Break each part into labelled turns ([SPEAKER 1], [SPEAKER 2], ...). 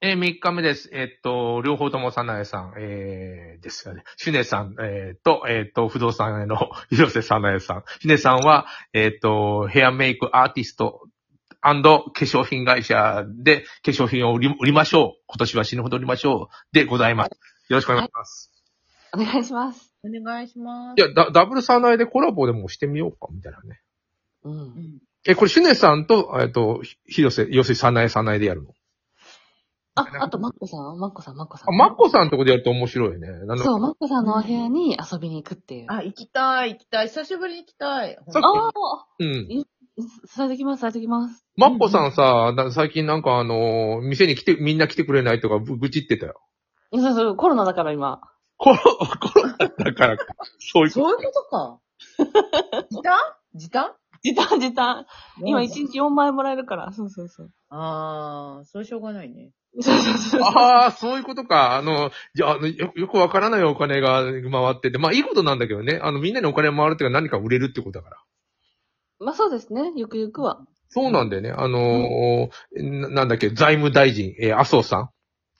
[SPEAKER 1] えー、3日目です。えっと、両方ともサナエさん、えー、ですよね。シュネさん、えー、と、えっと、不動産屋の 広瀬サナエさん。シュネさんは、えっと、ヘアメイクアーティスト化粧品会社で化粧品を売り売りましょう。今年は死ぬほど売りましょう。でございます。よろしくお願いします。
[SPEAKER 2] お願いします。
[SPEAKER 3] お願いします。
[SPEAKER 1] いや、だダブルサナエでコラボでもしてみようか、みたいなね。
[SPEAKER 2] う。
[SPEAKER 3] うんん
[SPEAKER 1] え、これ、シュネさんと、えっと、ひ広瀬、要するにサナエサナエでやるの
[SPEAKER 2] あ、あと、マッコさんマッコさん、マッコさ
[SPEAKER 1] あ、
[SPEAKER 2] ん。
[SPEAKER 1] マッコさんとこでやると面白いよね。な
[SPEAKER 2] そう、マッコさんのお部屋に遊びに行くっていう。あ
[SPEAKER 3] あ、行きたい、行きたい。久しぶりに行きたい。
[SPEAKER 1] さっき
[SPEAKER 2] あ
[SPEAKER 1] うん。
[SPEAKER 2] ー伝えてきます、伝えてきます。
[SPEAKER 1] マッコさんさ、な最近なんかあのー、店に来て、みんな来てくれないとかぶ愚痴ってたよ。
[SPEAKER 2] いやそうそう、コロナだから今。
[SPEAKER 1] コ ロ、コロナだからか、そういうこと。
[SPEAKER 3] そういうこと か。時短時短
[SPEAKER 2] 時短、時短。今1
[SPEAKER 3] 一
[SPEAKER 2] 日4枚もらえるから。そうそうそう。
[SPEAKER 3] あー、それしょうがないね。
[SPEAKER 2] そうそうそう。
[SPEAKER 1] ああ、そういうことか。あの、じゃあ、あのよよくわからないお金が回ってて、まあいいことなんだけどね。あの、みんなにお金回るっていうか何か売れるってことだから。
[SPEAKER 2] まあそうですね、ゆくゆくは。
[SPEAKER 1] そうなんだよね。あのーななんだっけ、財務大臣、えー麻生さん。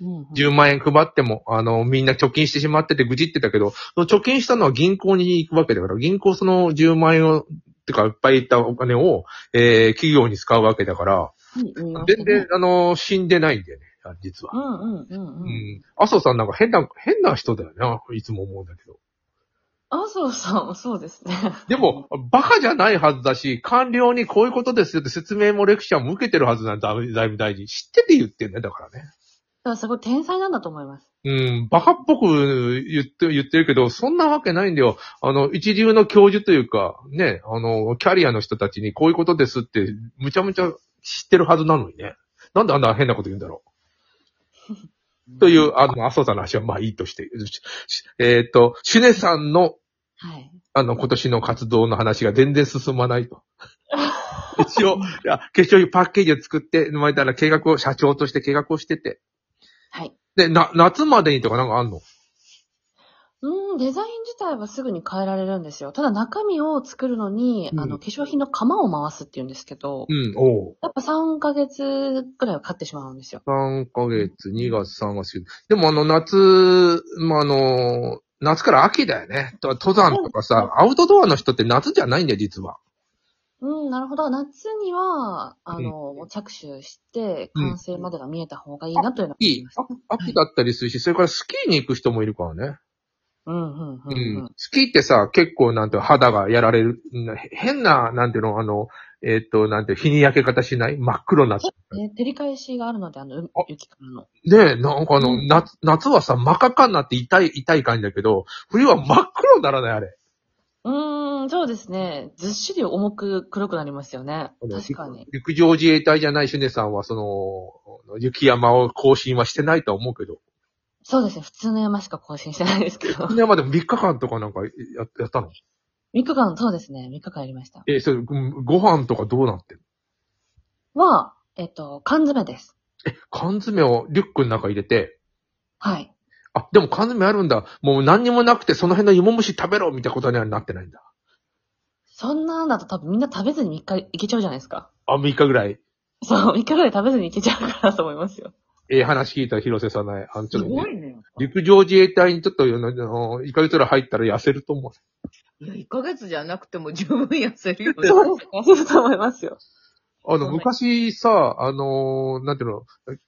[SPEAKER 2] うん
[SPEAKER 1] 10万円配っても、あの、みんな貯金してしまってて愚痴ってたけど、その貯金したのは銀行に行くわけだから、銀行その10万円を、てか、いっぱいいったお金を、えー、企業に使うわけだから、
[SPEAKER 2] うんうん
[SPEAKER 1] 全然、あの、死んでないんだよね、あ実は
[SPEAKER 2] う。んうんうん
[SPEAKER 1] う
[SPEAKER 2] うん。
[SPEAKER 1] ん。麻生さんなんか変な、変な人だよな、いつも思うんだけど。
[SPEAKER 2] あ、そうそう、そうですね。
[SPEAKER 1] で も、バカじゃないはずだし、官僚にこういうことですよって説明もレクチャーも受けてるはずなんだ、財務大臣。知ってて言ってんだよ、だからね。
[SPEAKER 2] だからすごい天才なんだと思います。
[SPEAKER 1] うん、バカっぽく言って、言ってるけど、そんなわけないんだよ。あの、一流の教授というか、ね、あの、キャリアの人たちにこういうことですって、むちゃむちゃ知ってるはずなのにね。なんであんな変なこと言うんだろう。という、あの、麻生さんの話はまあいいとして。しえっ、と、シュネさんの、
[SPEAKER 2] はい。
[SPEAKER 1] あの、今年の活動の話が全然進まないと。一応、いや、化粧品パッケージを作って、まあ、たら計画を、社長として計画をしてて。
[SPEAKER 2] はい。
[SPEAKER 1] で、な、夏までにとかなんかあんの
[SPEAKER 2] うん、デザイン自体はすぐに変えられるんですよ。ただ中身を作るのに、
[SPEAKER 1] うん
[SPEAKER 2] あの、化粧品の釜を回すっていうんですけど、
[SPEAKER 1] うん、おう。
[SPEAKER 2] やっぱ3ヶ月くらいは買ってしまうんですよ。
[SPEAKER 1] 3ヶ月、2月、3月。でもあの夏、まあ、あの、夏から秋だよね。と登山とかさ、アウトドアの人って夏じゃないんだよ、実は。
[SPEAKER 2] うん、なるほど。夏には、あの、もう着手して、
[SPEAKER 1] うん
[SPEAKER 2] 完成までが見えた方がいいなというのは
[SPEAKER 1] い
[SPEAKER 2] 思
[SPEAKER 1] い
[SPEAKER 2] います。
[SPEAKER 1] あ秋だったりするし、それからスキーに行く人もいるからね。
[SPEAKER 2] うん、うん、
[SPEAKER 1] う
[SPEAKER 2] うんうん
[SPEAKER 1] ん。。スキーってさ、結構なんていうの肌がやられる。な変な、なんていうの、あの、えーっと、なんていうの日に焼け方しない真っ黒になって。
[SPEAKER 2] ね、照り返しがあるので、あの、う
[SPEAKER 1] あ
[SPEAKER 2] 雪からの。
[SPEAKER 1] で、なんかあの、
[SPEAKER 2] うん
[SPEAKER 1] 夏、夏はさ、真っ赤っかになって痛い、痛い感じだけど、冬は真っ黒にならない、あれ。
[SPEAKER 2] うーん、そうですね。ずっしり重く黒くなりますよね
[SPEAKER 1] あ。の
[SPEAKER 2] 確かに。
[SPEAKER 1] 陸上自衛隊じゃないシュネさんは、その、雪山を更新はしてないとは思うけど、
[SPEAKER 2] そうですね。普通の山しか更新してないですけ ど。
[SPEAKER 1] 雪
[SPEAKER 2] 3
[SPEAKER 1] 山でも3日間とかなんかややったの
[SPEAKER 2] 日間、そうですね。3日間やりました。
[SPEAKER 1] え、それ、うんご飯とかどうなってる
[SPEAKER 2] は、えっと、缶詰です。
[SPEAKER 1] 缶詰をリュックの中入れて、
[SPEAKER 2] はい。
[SPEAKER 1] あ、でも缶詰あるんだ。もう何にもなくて、その辺の芋虫食べろみたいなことにはなってないんだ。
[SPEAKER 2] そんなんだと多分みんな食べずに3日いけちゃうじゃないですか。
[SPEAKER 1] あ、3日ぐらい。
[SPEAKER 2] そう、3日ぐらい食べずにいけちゃうかなと思いますよ。
[SPEAKER 1] ええ話聞いた広瀬さんない。あの、ち
[SPEAKER 3] す
[SPEAKER 1] ょっとね、
[SPEAKER 3] ごいね。
[SPEAKER 1] 陸上自衛隊にちょっと、あの、1ヶ月ぐらい入ったら痩せると思う。
[SPEAKER 3] いや、1ヶ月じゃなくても十分痩せるよ ね。
[SPEAKER 2] そうですか。そうだと思いますよ。
[SPEAKER 1] あ
[SPEAKER 3] ご
[SPEAKER 1] の、
[SPEAKER 3] めん
[SPEAKER 1] 昔さ、あのーなんていうの、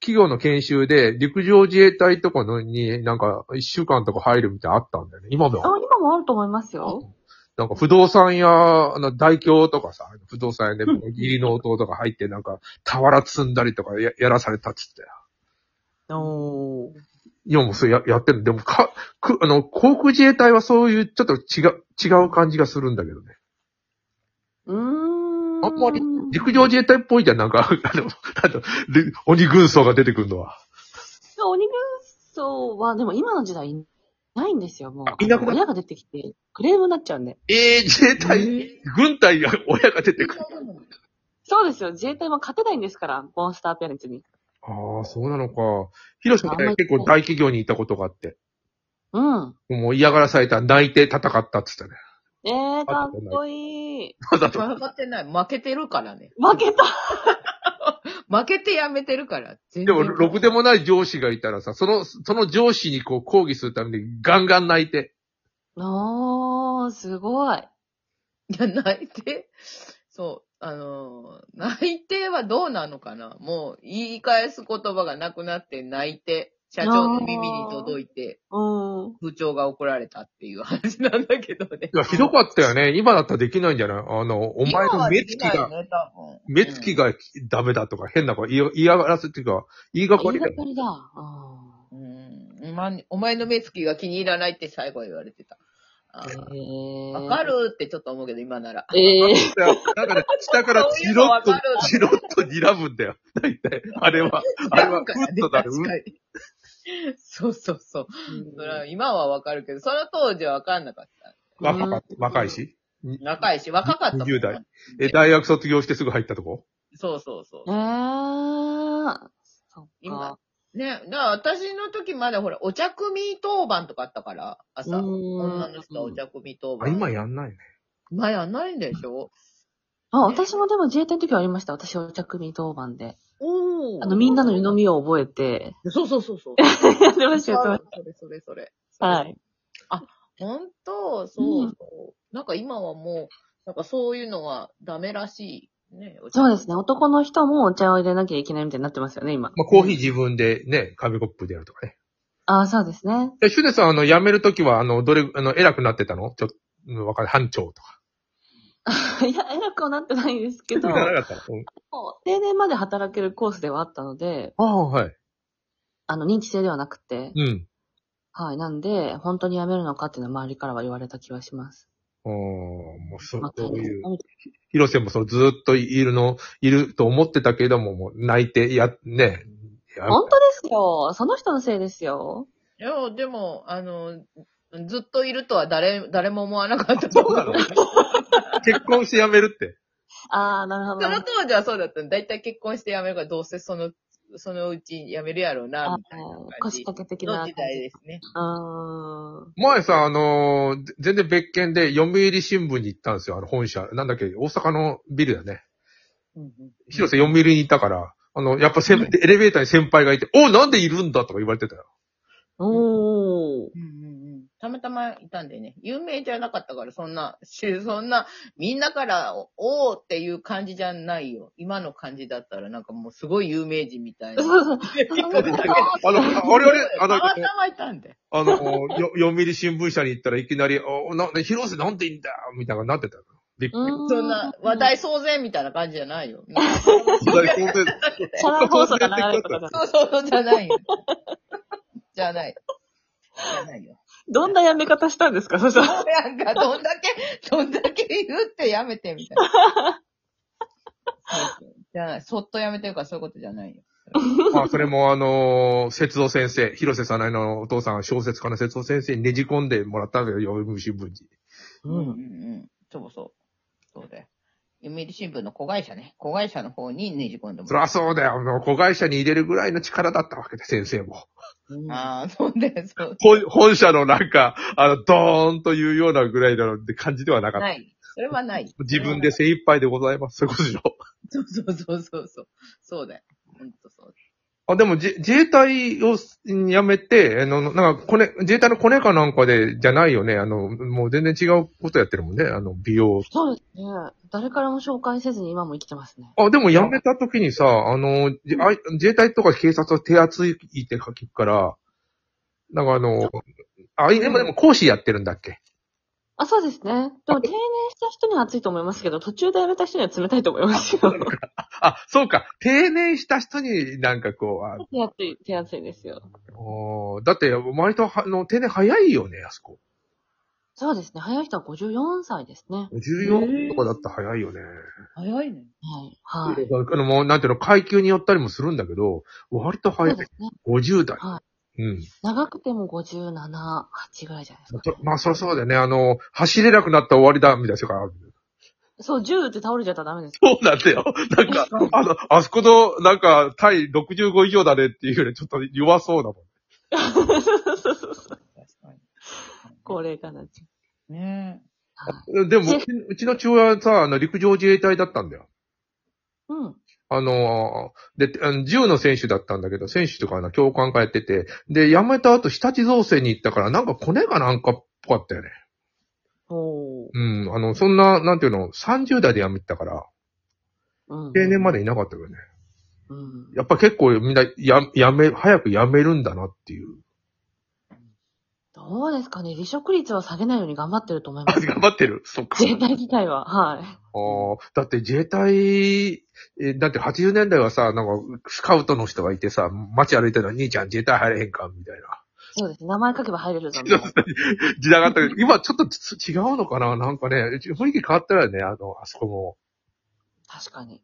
[SPEAKER 1] 企業の研修で、陸上自衛隊とかのに、なんか、一週間とか入るみたいなのあったんだよね。今で
[SPEAKER 2] あ、
[SPEAKER 1] も。
[SPEAKER 2] 今もあると思いますよ。
[SPEAKER 1] なんか、不動産屋、あの、大京とかさ、不動産屋で、
[SPEAKER 2] うん
[SPEAKER 1] 義理の弟とか入って、なんか、俵積んだりとかややらされたっつって。
[SPEAKER 2] おー。
[SPEAKER 1] 今もそれややってる。でも、か、く、あの、航空自衛隊はそういう、ちょっと違う、違う感じがするんだけどね。
[SPEAKER 2] うーん。
[SPEAKER 1] あんまり、陸上自衛隊っぽいじゃん、なんか、 あの、あのり鬼軍曹が出てくるのは。
[SPEAKER 2] 鬼軍曹は、でも今の時代いないんですよ、もう
[SPEAKER 1] あ。いなくなっ
[SPEAKER 2] 親が出てきて、クレームになっちゃうんで。
[SPEAKER 1] ええ自衛隊、軍隊が、親が出 てくる。
[SPEAKER 2] そうですよ、自衛隊も勝てないんですから、モンスターペアレンツに。
[SPEAKER 1] ああ、そうなのか。広瀬さん
[SPEAKER 2] あんま
[SPEAKER 1] ね
[SPEAKER 2] り
[SPEAKER 1] 結構大企業にいたことがあって、
[SPEAKER 2] うん。
[SPEAKER 1] もう嫌がらされた、泣いて戦ったっつってね。
[SPEAKER 2] えー、かっこいい。
[SPEAKER 1] わざと。
[SPEAKER 3] 戦ってない。負けてるからね。
[SPEAKER 2] 負けた
[SPEAKER 3] 負けてやめてるから。全
[SPEAKER 1] で
[SPEAKER 3] 然
[SPEAKER 1] も、ろくでもない上司がいたらさ、その、その上司にこう抗議するためにガンガン泣いて。
[SPEAKER 2] おー、すごい。
[SPEAKER 3] いや、泣いて、そう、あのー、 泣いてはどうなのかなもう、言い返す言葉がなくなって泣いて、社長の耳に届いて、
[SPEAKER 2] うん。
[SPEAKER 3] 部長が怒られたっていう話なんだけどね
[SPEAKER 1] い。や、ひどかったよね。今だったらできないんじゃないあの、お前
[SPEAKER 3] 今
[SPEAKER 1] の
[SPEAKER 3] は
[SPEAKER 1] 目
[SPEAKER 3] で
[SPEAKER 1] つ
[SPEAKER 3] き
[SPEAKER 1] き
[SPEAKER 3] ない
[SPEAKER 1] が、
[SPEAKER 3] ね、多分
[SPEAKER 1] 目つきがダメだとか変な子言い嫌がらせっていうか、言いがか
[SPEAKER 2] 言
[SPEAKER 1] り
[SPEAKER 2] い
[SPEAKER 1] だ
[SPEAKER 2] が
[SPEAKER 1] よ。
[SPEAKER 2] かりだ。うん
[SPEAKER 3] うん、うんまお前の目つきが気に入らないって最後は言われてた。あー
[SPEAKER 2] えー
[SPEAKER 3] わかるってちょっと思うけど、今なら。
[SPEAKER 2] ええー。
[SPEAKER 1] だから、下からチロッと
[SPEAKER 3] そういうのわかる、
[SPEAKER 1] チロッと睨むんだよ。大体。あれは、あれは、ふっとなる。
[SPEAKER 3] 確かに。そうそうそう。それは今はわかるけど、その当時はわかんなかった。
[SPEAKER 1] 若か若いし。
[SPEAKER 3] 若いし、若かったもん。
[SPEAKER 1] 20代え、大学卒業してすぐ入ったとこ
[SPEAKER 3] そうそうそ
[SPEAKER 2] ええー。そっ
[SPEAKER 3] 今
[SPEAKER 2] か。
[SPEAKER 3] う。ね、だから私の時まだほら、お茶組当番とかあったから、朝。
[SPEAKER 2] うーん
[SPEAKER 3] 女の人はお茶組当
[SPEAKER 1] あ、
[SPEAKER 3] 番。
[SPEAKER 1] 今やんないね。
[SPEAKER 3] 今やんないんでしょ
[SPEAKER 2] あ、私もでも自衛隊の時はありました。私はお茶組当番で。
[SPEAKER 3] おお。
[SPEAKER 2] あの、みんなの湯飲みを覚えて、
[SPEAKER 3] そうそうそうそう。
[SPEAKER 2] やってました、やってまし
[SPEAKER 3] それそれそれ。
[SPEAKER 2] た。はい。
[SPEAKER 3] 本当そううそう。なんか今はもう、なんかそういうのはダメらしい。ね、お茶
[SPEAKER 2] そうですね。男の人もお茶を入れなきゃいけないみたいになってますよね、今。
[SPEAKER 1] まあ、コーヒー自分でね、紙コップでやるとかね。
[SPEAKER 2] ああ、そうですね。
[SPEAKER 1] え、シュネさん、あの、辞めるときは、あの、どれ、あの、偉くなってたのちょっと、うんわかる、班長とか。
[SPEAKER 2] いや、偉くはなってないですけ ど、
[SPEAKER 1] ならなかった。うん
[SPEAKER 2] もう定年まで働けるコースではあったので、
[SPEAKER 1] ああ、はい。
[SPEAKER 2] あの、認知症ではなくて、
[SPEAKER 1] うん。
[SPEAKER 2] はい。なんで、本当に辞めるのかっていうのは周りからは言われた気はします。
[SPEAKER 1] あーもうそ
[SPEAKER 2] まあ
[SPEAKER 1] う、そういう。
[SPEAKER 2] 大変
[SPEAKER 1] 広瀬もそう、ずーっといるの、いると思ってたけども、もう泣いて、や、ね。や
[SPEAKER 2] 本当ですよ。その人のせいですよ。
[SPEAKER 3] いや、でも、あの、ずっといるとは誰、誰も思わなかった
[SPEAKER 1] そ
[SPEAKER 3] と思
[SPEAKER 1] う
[SPEAKER 3] う。
[SPEAKER 1] なの 結婚して辞めるって。
[SPEAKER 2] ああ、なるほど
[SPEAKER 3] そ
[SPEAKER 2] な
[SPEAKER 3] の。当時はそうだったの。だいたい結婚して辞めるから、どうせその、そのうち辞めるやろう
[SPEAKER 2] あ
[SPEAKER 3] な、
[SPEAKER 2] あ
[SPEAKER 3] みたいな感
[SPEAKER 2] 腰
[SPEAKER 3] じ
[SPEAKER 2] 掛け的な
[SPEAKER 3] の
[SPEAKER 2] 感
[SPEAKER 3] 時
[SPEAKER 2] じ。
[SPEAKER 3] 代ですね。
[SPEAKER 2] うーん。
[SPEAKER 1] 前さ、あのーぜ全然別件で読売新聞に行ったんですよ、あの本社。なんだっけ、大阪のビルだね。広瀬読売にいたから、あの、やっぱ先エレベーターに先輩がいて、おなんでいるんだとか言われてたよ。
[SPEAKER 2] おー。
[SPEAKER 3] うんうんうんたまたまいたんでね、有名じゃなかったから、そんな、しそんな、みんなから、おおーっていう感じじゃないよ。今の感じだったら、なんかもうすごい有名人みたいな。
[SPEAKER 2] そうそう。
[SPEAKER 3] 結構出たけど
[SPEAKER 1] あの、我 々、あ
[SPEAKER 3] た
[SPEAKER 1] の、
[SPEAKER 3] またまいたんで。
[SPEAKER 1] あの、よ読売新聞社に行ったらいきなり、おな、広瀬なんていいんだみたいななってたよ。びっくり。
[SPEAKER 3] そんな、話題騒然みたいな感じじゃな いよ。
[SPEAKER 1] 大根で
[SPEAKER 2] シャラ放送が流れるとかじゃない
[SPEAKER 3] そうそうそう、じゃないよ。じゃない。じゃないよ。
[SPEAKER 2] どんなやめ方したんですかそしたら。
[SPEAKER 3] なんか、どんだけ、どんだけ言うってやめて、みたいな。そうそうじゃない。そっとやめてるからそういうことじゃないよ。
[SPEAKER 1] まあ、それもあのー、節夫先生、広瀬さないのお父さん、小説家の節夫先生にねじ込んでもらったんだよ、読売新聞に。
[SPEAKER 3] うんうんうん。そうそう。そうだよ。読売新聞の子会社ね。子会社の方にねじ込んでも
[SPEAKER 1] そ
[SPEAKER 3] ら
[SPEAKER 1] ら
[SPEAKER 3] う。
[SPEAKER 1] そうだよ、あの、子会社に入れるぐらいの力だったわけで、先生も。
[SPEAKER 3] ああ、そうだよ、そう。
[SPEAKER 1] 本本社のなんか、あの、ドーンというようなぐらいだろうって感じではなかった。
[SPEAKER 3] ない。それはない。
[SPEAKER 1] 自分で精一杯でございます。そういうことでしょ。
[SPEAKER 3] そうそうそうそうそう。そうだよ。ほんとそう。
[SPEAKER 1] あ、でも、じ、自衛隊を辞めて、あの、なんか、コネ、自衛隊のコネかなんかで、じゃないよね。あの、もう全然違うことやってるもんね。あの、美容。
[SPEAKER 2] そうですね。誰からも紹介せずに今も生きてますね。
[SPEAKER 1] あ、でも辞めた時にさ、あの、じあ自衛隊とか警察は手厚いって書くから、なんかあの、あ、いでもでも講師やってるんだっけ
[SPEAKER 2] あ、そうですね。でも定年した人には熱いと思いますけど、途中で辞めた人には冷たいと思いますよ。
[SPEAKER 1] あ、そうか。定年した人になんかこう、あ
[SPEAKER 2] 手厚い、手厚いですよ。
[SPEAKER 1] おーだって、割とは、あの、定年早いよね、あそこ。
[SPEAKER 2] そうですね。早い人は54歳ですね。
[SPEAKER 1] 14とかだったら早いよね。
[SPEAKER 3] 早いね。
[SPEAKER 2] はい。はい。
[SPEAKER 1] あの、もう、なんていうの、階級によったりもするんだけど、割と
[SPEAKER 2] そ
[SPEAKER 1] 早
[SPEAKER 2] う
[SPEAKER 1] い
[SPEAKER 2] で。すね。
[SPEAKER 1] 50代。
[SPEAKER 2] は
[SPEAKER 1] うん。
[SPEAKER 2] 長くても57、8ぐらいじゃないですか、
[SPEAKER 1] そまあ、そりゃそうだよね。あの、走れなくなったら終わりだ、みたいな人がある。
[SPEAKER 2] そう、10って倒れちゃったらダメ です。
[SPEAKER 1] そうなんだよ。なんか、あの、あそこの、なんか、対65以上だねっていうより、ちょっと弱そうだもん。
[SPEAKER 2] そうそうそうそう。
[SPEAKER 3] 確か
[SPEAKER 2] 高齢化になっちゃ
[SPEAKER 3] に。ねえ。
[SPEAKER 2] う。はい。
[SPEAKER 1] でも、うちうちの父親はさ、あの、陸上自衛隊だったんだよ。
[SPEAKER 2] うん。
[SPEAKER 1] あのー、で、あの銃の選手だったんだけど、選手とかの教官がやってて、で、辞めた後、日立造成に行ったから、なんかコネがなんかっぽかったよね。
[SPEAKER 2] おー。
[SPEAKER 1] うん、あの、そんな、なんていうの、30代で辞めてたから、
[SPEAKER 2] うん。
[SPEAKER 1] 定年までいなかったよね。
[SPEAKER 2] うん。
[SPEAKER 1] やっぱ結構みんな、や、やめ、早く辞めるんだなっていう。
[SPEAKER 2] どうですかね離職率は下げないように頑張ってると思いま
[SPEAKER 1] あ、
[SPEAKER 2] す。
[SPEAKER 1] 頑張ってる。 そっか。
[SPEAKER 2] 自衛隊自体は。は
[SPEAKER 1] あ
[SPEAKER 2] い。
[SPEAKER 1] あ、だって自衛隊、えだって80年代はさ、なんか、スカウトの人がいてさ、街歩いてるのに、兄ちゃん自衛隊入れへんかみたいな。
[SPEAKER 2] そうですね。名前書けば入れるぞ、みたいな。
[SPEAKER 1] 時代があったけど、 今ちょっとつ違うのかななんかね、雰囲気変わったよね、あの、あそこも。
[SPEAKER 2] 確かに。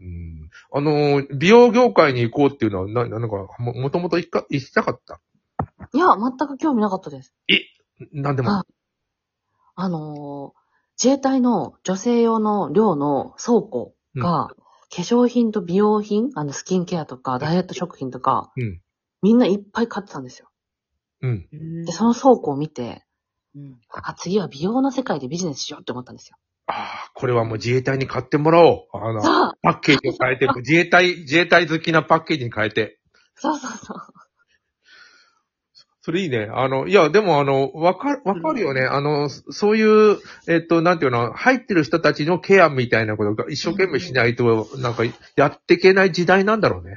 [SPEAKER 1] うん。あの、美容業界に行こうっていうのは、な、なんか、も、もともと行か、行きたかった。
[SPEAKER 2] いや、全く興味なかったです。
[SPEAKER 1] なんでも
[SPEAKER 2] あ。あのー自衛隊の女性用の寮の倉庫が、化粧品と美容品、あの、スキンケアとか、ダイエット食品とか、
[SPEAKER 1] うん
[SPEAKER 2] みんないっぱい買ってたんですよ。
[SPEAKER 1] うん。
[SPEAKER 2] で、その倉庫を見て、
[SPEAKER 3] うん
[SPEAKER 2] あ、次は美容の世界でビジネスしようって思ったんですよ。
[SPEAKER 1] ああ、これはもう自衛隊に買ってもらおう。あの、
[SPEAKER 2] そう
[SPEAKER 1] パッケージを変え て、自衛隊、自衛隊好きなパッケージに変えて。
[SPEAKER 2] そうそうそう。
[SPEAKER 1] それいいね。あの、いや、でもあの、わかる、わかるよね。あの、そそういう、えっと、なんていうの、入ってる人たちのケアみたいなことが一生懸命しないと、なんか、やっていけない時代なんだろうね。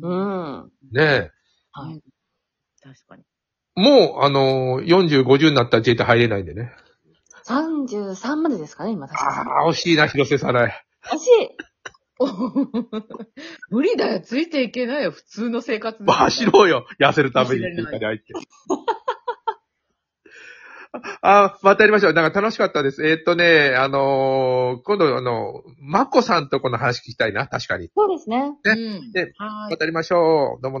[SPEAKER 2] う
[SPEAKER 3] うん
[SPEAKER 2] ん。
[SPEAKER 1] ねえ。
[SPEAKER 2] はい。
[SPEAKER 3] 確かに。
[SPEAKER 1] もう、あの、40、50になったら自衛隊入れないんでね。
[SPEAKER 2] 33までですかね、今確かに。
[SPEAKER 1] ああ、惜しいな、広瀬さない。
[SPEAKER 2] 惜しい
[SPEAKER 3] 無理だよ。ついていけないよ。普通の生活
[SPEAKER 1] 走ろうよ。痩せるために自衛隊に入って。 あ、またやりましょう。なんか楽しかったです。えっとね、あの今度、あの、マコさんとこの話聞きたいな、確かに。
[SPEAKER 2] そうですね。
[SPEAKER 3] うん。
[SPEAKER 1] で
[SPEAKER 3] はーい
[SPEAKER 1] またやりましょう。どうもどうも。